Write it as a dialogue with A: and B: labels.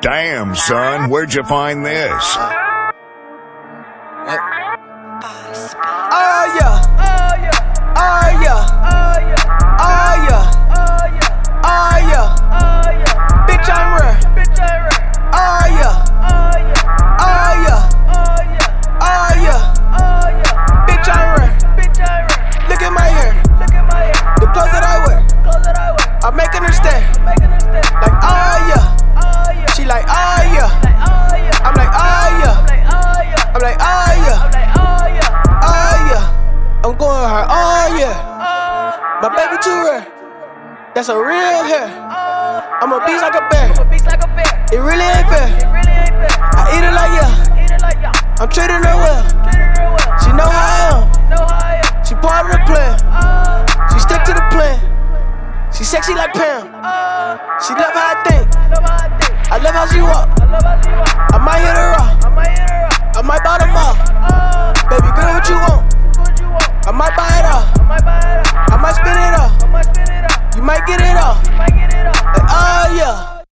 A: Damn, son, where'd you find this?
B: Oh yeah. Oh yeah. Oh yeah. Oh yeah. Bitch, I'm rare. Oh yeah. Oh yeah. Oh yeah. Bitch, I'm rare. Look at my hair. The clothes that I wear. I'm making her stare. Like, oh yeah. She like, oh yeah. I'm like, oh yeah. I'm like, oh yeah. Oh yeah. I'm going hard. Oh yeah. My baby too rare. That's a real hair. I'm a beast like oh. a bear. It really ain't fair. I eat it like yeah. I'm treating her well. She know how I am. She part of the plan. She stick to the plan. She sexy like Pam. She love how I think. I love how she walk. I might hit her up. Oh. I might bottom up. Baby girl, what you want? I might buy it oh, up. I might spin it up. You might get it up.